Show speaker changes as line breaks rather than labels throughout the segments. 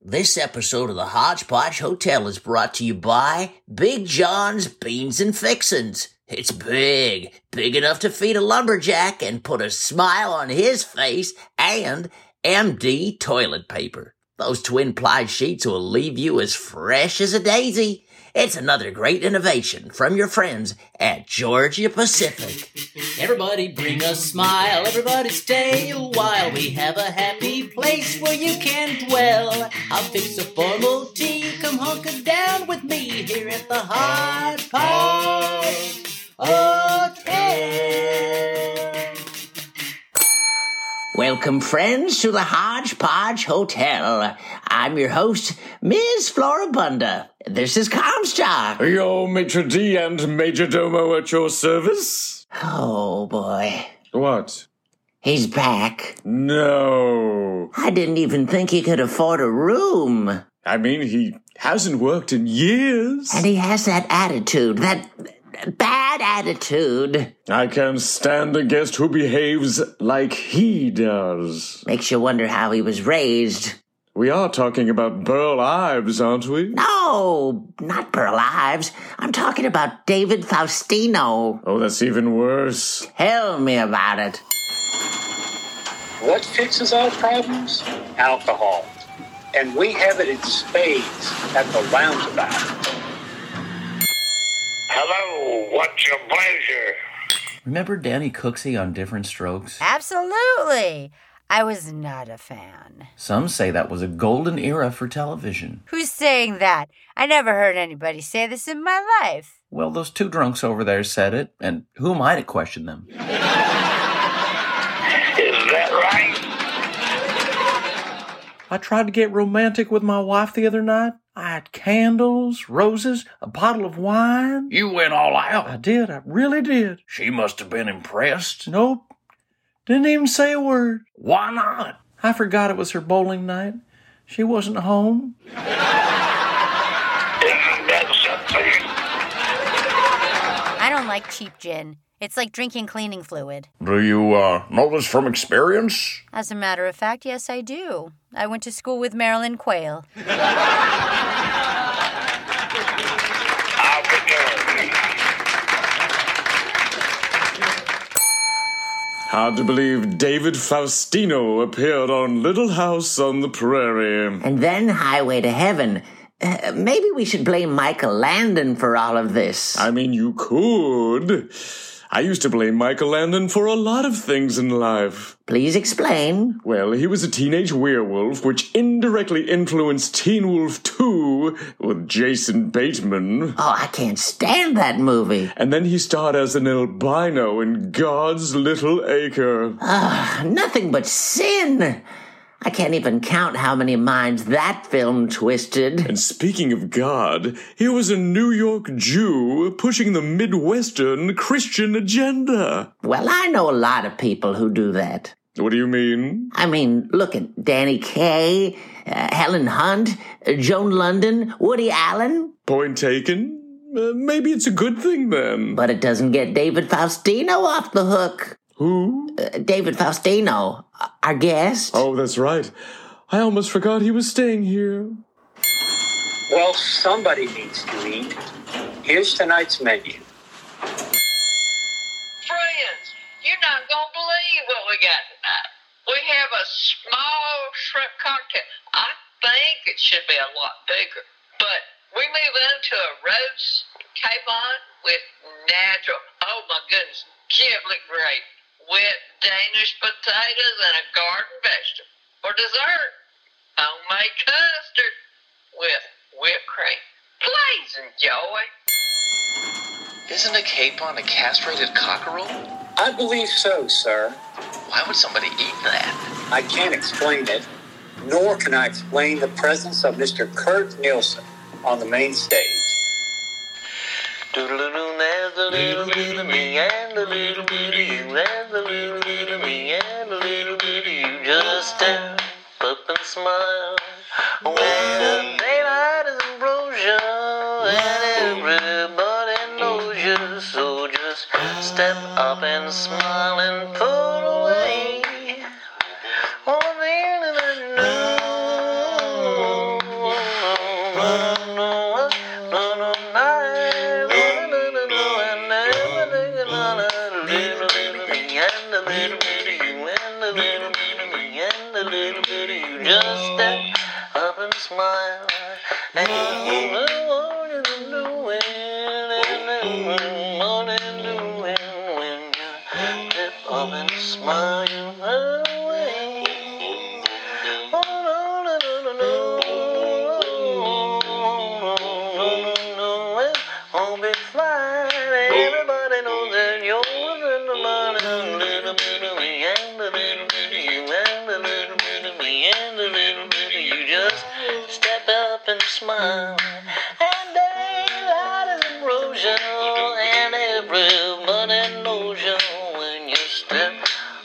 This episode of the Hodgepodge Hotel is brought to you by Big John's Beans and Fixins. It's big, big enough to feed a lumberjack and put a smile on his face, and MD toilet paper. Those twin ply sheets will leave you as fresh as a daisy. It's another great innovation from your friends at Georgia Pacific.
Everybody bring a smile, everybody stay a while. We have a happy place where you can dwell. I'll fix a formal tea, come hunker down with me here at the Hot Pot Hotel.
Welcome, friends, to the Hodgepodge Hotel. I'm your host, Ms. Floribunda. This is Comstock.
Your maitre d' and major domo at your service?
Oh, boy.
What?
He's back.
No.
I didn't even think he could afford a room. And
I mean, he hasn't worked in years.
he has that attitude, that bad attitude.
I can't stand a guest who behaves like he does.
Makes you wonder how he was raised.
We are talking about Burl Ives, aren't we?
No, not Burl Ives. I'm talking about David Faustino.
Oh, that's even worse.
Tell me about it.
What fixes all problems? Alcohol. And we have it in spades at the roundabout.
Hello, what's your pleasure?
Remember Danny Cooksey on Different Strokes?
Absolutely. I was not a fan.
Some say that was a golden era for television.
Who's saying that? I never heard anybody say this in my life.
Well, those two drunks over there said it, and who am I to question them?
Is that right?
I tried to get romantic with my wife the other night. I had candles, roses, a bottle of wine.
You went all
I
out.
did, I really did.
She must have been impressed.
Nope. Didn't even say a word.
Why not?
I forgot it was her bowling night. She wasn't home.
Isn't that something?
I don't like cheap gin. It's like drinking cleaning fluid.
Do you uh, know this from experience?
As a matter of fact, yes, I do. I went to school with Marilyn Quayle.
I'll be darned.
Hard to believe David Faustino appeared on Little House on the Prairie.
And then Highway to Heaven. Uh, maybe we should blame Michael Landon for all of this.
I mean, you could. I used to blame Michael Landon for a lot of things in life.
Please explain.
Well, he was a teenage werewolf, which indirectly influenced Teen Wolf 2 with Jason Bateman.
Oh, I can't stand that movie.
And then he starred as an albino in God's Little Acre.
Nothing but sin. I can't even count how many minds that film twisted.
And speaking of God, here was a New York Jew pushing the Midwestern Christian agenda.
Well, I know a lot of people who do that.
What do you mean?
I mean, look at Danny Kaye, uh, Helen Hunt, uh, Joan London, Woody Allen,
Point taken? Uh, maybe it's a good thing then.
but it doesn't get David Faustino off the hook.
Who?
Uh, David Faustino, uh, our guest.
Oh, that's right. I almost forgot he was staying here.
Well, somebody needs to eat. Here's tonight's menu.
friends, you're not gonna believe what we got tonight. We have a small shrimp cocktail. I think it should be a lot bigger, but we move into a roast capon with natural. Oh my goodness, giblet grape, wet Danish potatoes, and a garden vegetable. For dessert, homemade custard with whipped cream. Please enjoy.
Isn't a capon a castrated cockerel?
I believe so, sir.
Why would somebody eat that?
I can't explain it, nor can I explain the presence of Mr. Kurt Nielsen on the main stage.
Doodle-doo, there's a little bit of me and a little bit of you. There's a little bit of me and a little bit of you. Just step up and smile. When the daylight is brochure and everybody knows you, so just step up and smile and pull away. One thing that I know. Just step up and smile, and you know what you're doing. When you step up and smile, you know Won't be fine. Everybody knows that you're in the money. Little bit of me and a little bit of you and a little bit of me and a little bit of you. Just step up and smile. And daylight is in Roseau and everybody knows you when you step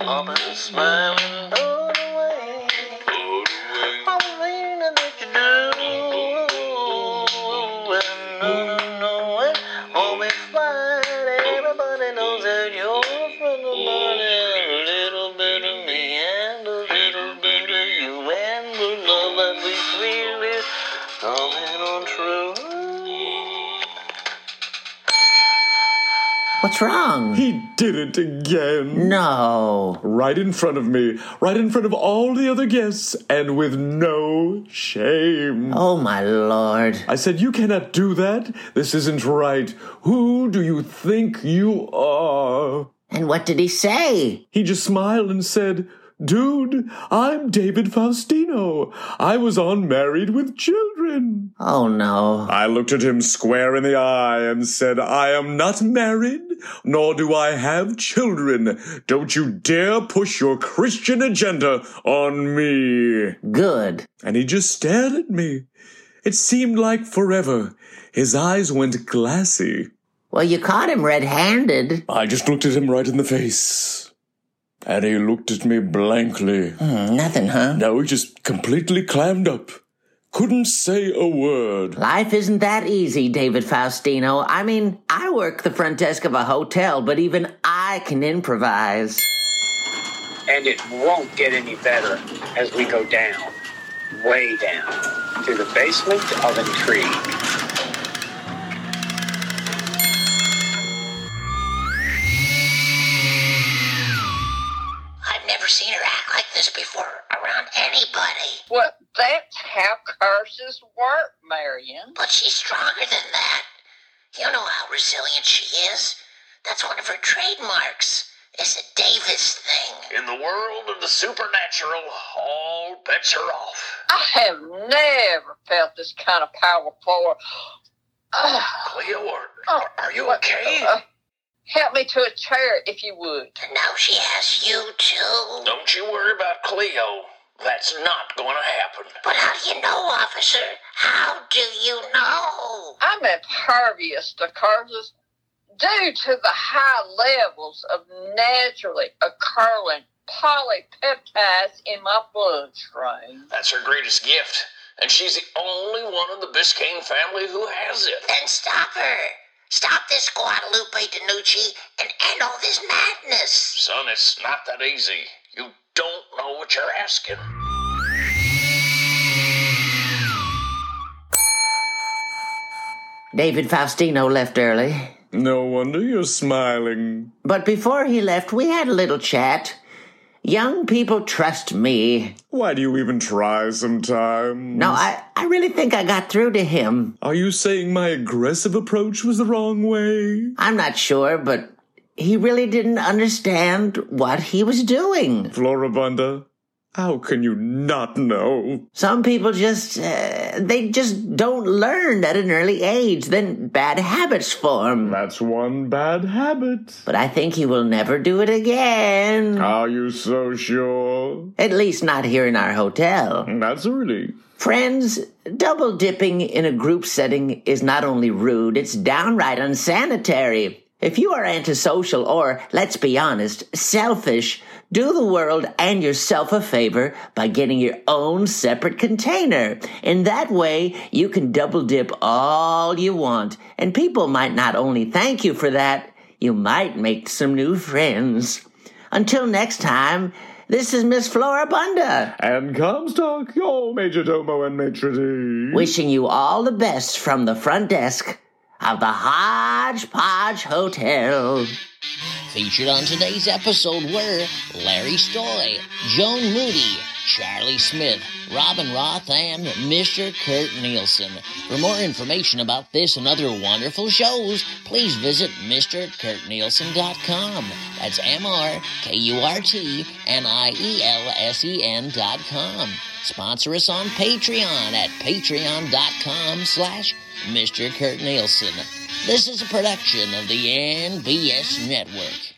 up and smile and blow it away. All the thing that you do and no, no, no, and all be fine. Everybody knows that you're from the money. A little bit of me and a little bit of you and the love that we feel is coming on true.
What's wrong?
He did it again.
No.
Right in front of me, right in front of all the other guests, and with no shame.
Oh, my lord.
I said, You cannot do that. This isn't right. Who do you think you are?
And what did he say?
He just smiled and said, Dude, I'm David Faustino. I was on Married with Children.
Oh, no.
I looked at him square in the eye and said, I am not married, nor do I have children. Don't you dare push your Christian agenda on me.
Good.
And he just stared at me. It seemed like forever. His eyes went glassy.
Well, you caught him red handed.
I just looked at him right in the face. And he looked at me blankly.
nothing, huh?
Now he just completely clammed up. Couldn't say a word.
Life isn't that easy, David Faustino. I mean, I work the front desk of a hotel, but even I can improvise.
And it won't get any better as we go down, way down, to the basement of intrigue.
I've never seen her act like this before around anybody.
Well, that's how curses work, Marion.
But she's stronger than that. You know how resilient she is. That's one of her trademarks. It's a Davis thing.
In the world of the supernatural, all bets are off.
I have never felt this kind of power before. Ugh.
Cleo, are,
Oh,
are you
what-
okay?
uh, help me to a chair if you would.
And now she has you too.
Don't you worry about Cleo. That's not going to happen.
But how do you know, officer? How do you know?
I'm impervious to curses due to the high levels of naturally occurring polypeptides in my bloodstream.
That's her greatest gift. And she's the only one in the Biscayne family who has it.
Then stop her. Stop this Guadalupe DiNucci and end all this madness.
Son, it's not that easy. You don't know what you're asking.
David Faustino left early.
No wonder you're smiling.
But before he left, we had a little chat. Young people trust me.
Why do you even try sometimes?
No, I, I really think I got through to him.
Are you saying my aggressive approach was the wrong way?
I'm not sure, but he really didn't understand what he was doing.
Floribunda, how can you not know?
Some people just, uh, they just don't learn at an early age. Then bad habits form.
That's one bad habit.
But I think he will never do it again.
Are you so sure?
At least not here in our hotel.
That's a relief.
Friends, double dipping in a group setting is not only rude, it's downright unsanitary. If you are antisocial or, let's be honest, selfish, do the world and yourself a favor by getting your own separate container. In that way, you can double dip all you want, and people might not only thank you for that, you might make some new friends. Until next time,
This is Miss Floribunda.
And Comstock, your major domo and maitre d'.
Wishing you all the best from the front desk of the Hodgepodge Hotel.
Featured on today's episode were Larry Stoy, Joan Moody, Charlie Smith, Robin Roth, and Mr. Kurt Nielsen. For more information about this and other wonderful shows, please visit MrKurtNielsen.com. That's M R K U R T N I E L S E N.com. Sponsor us on Patreon at patreon.com slash Mr. Kurt Nielsen. This is a production of the NBS Network.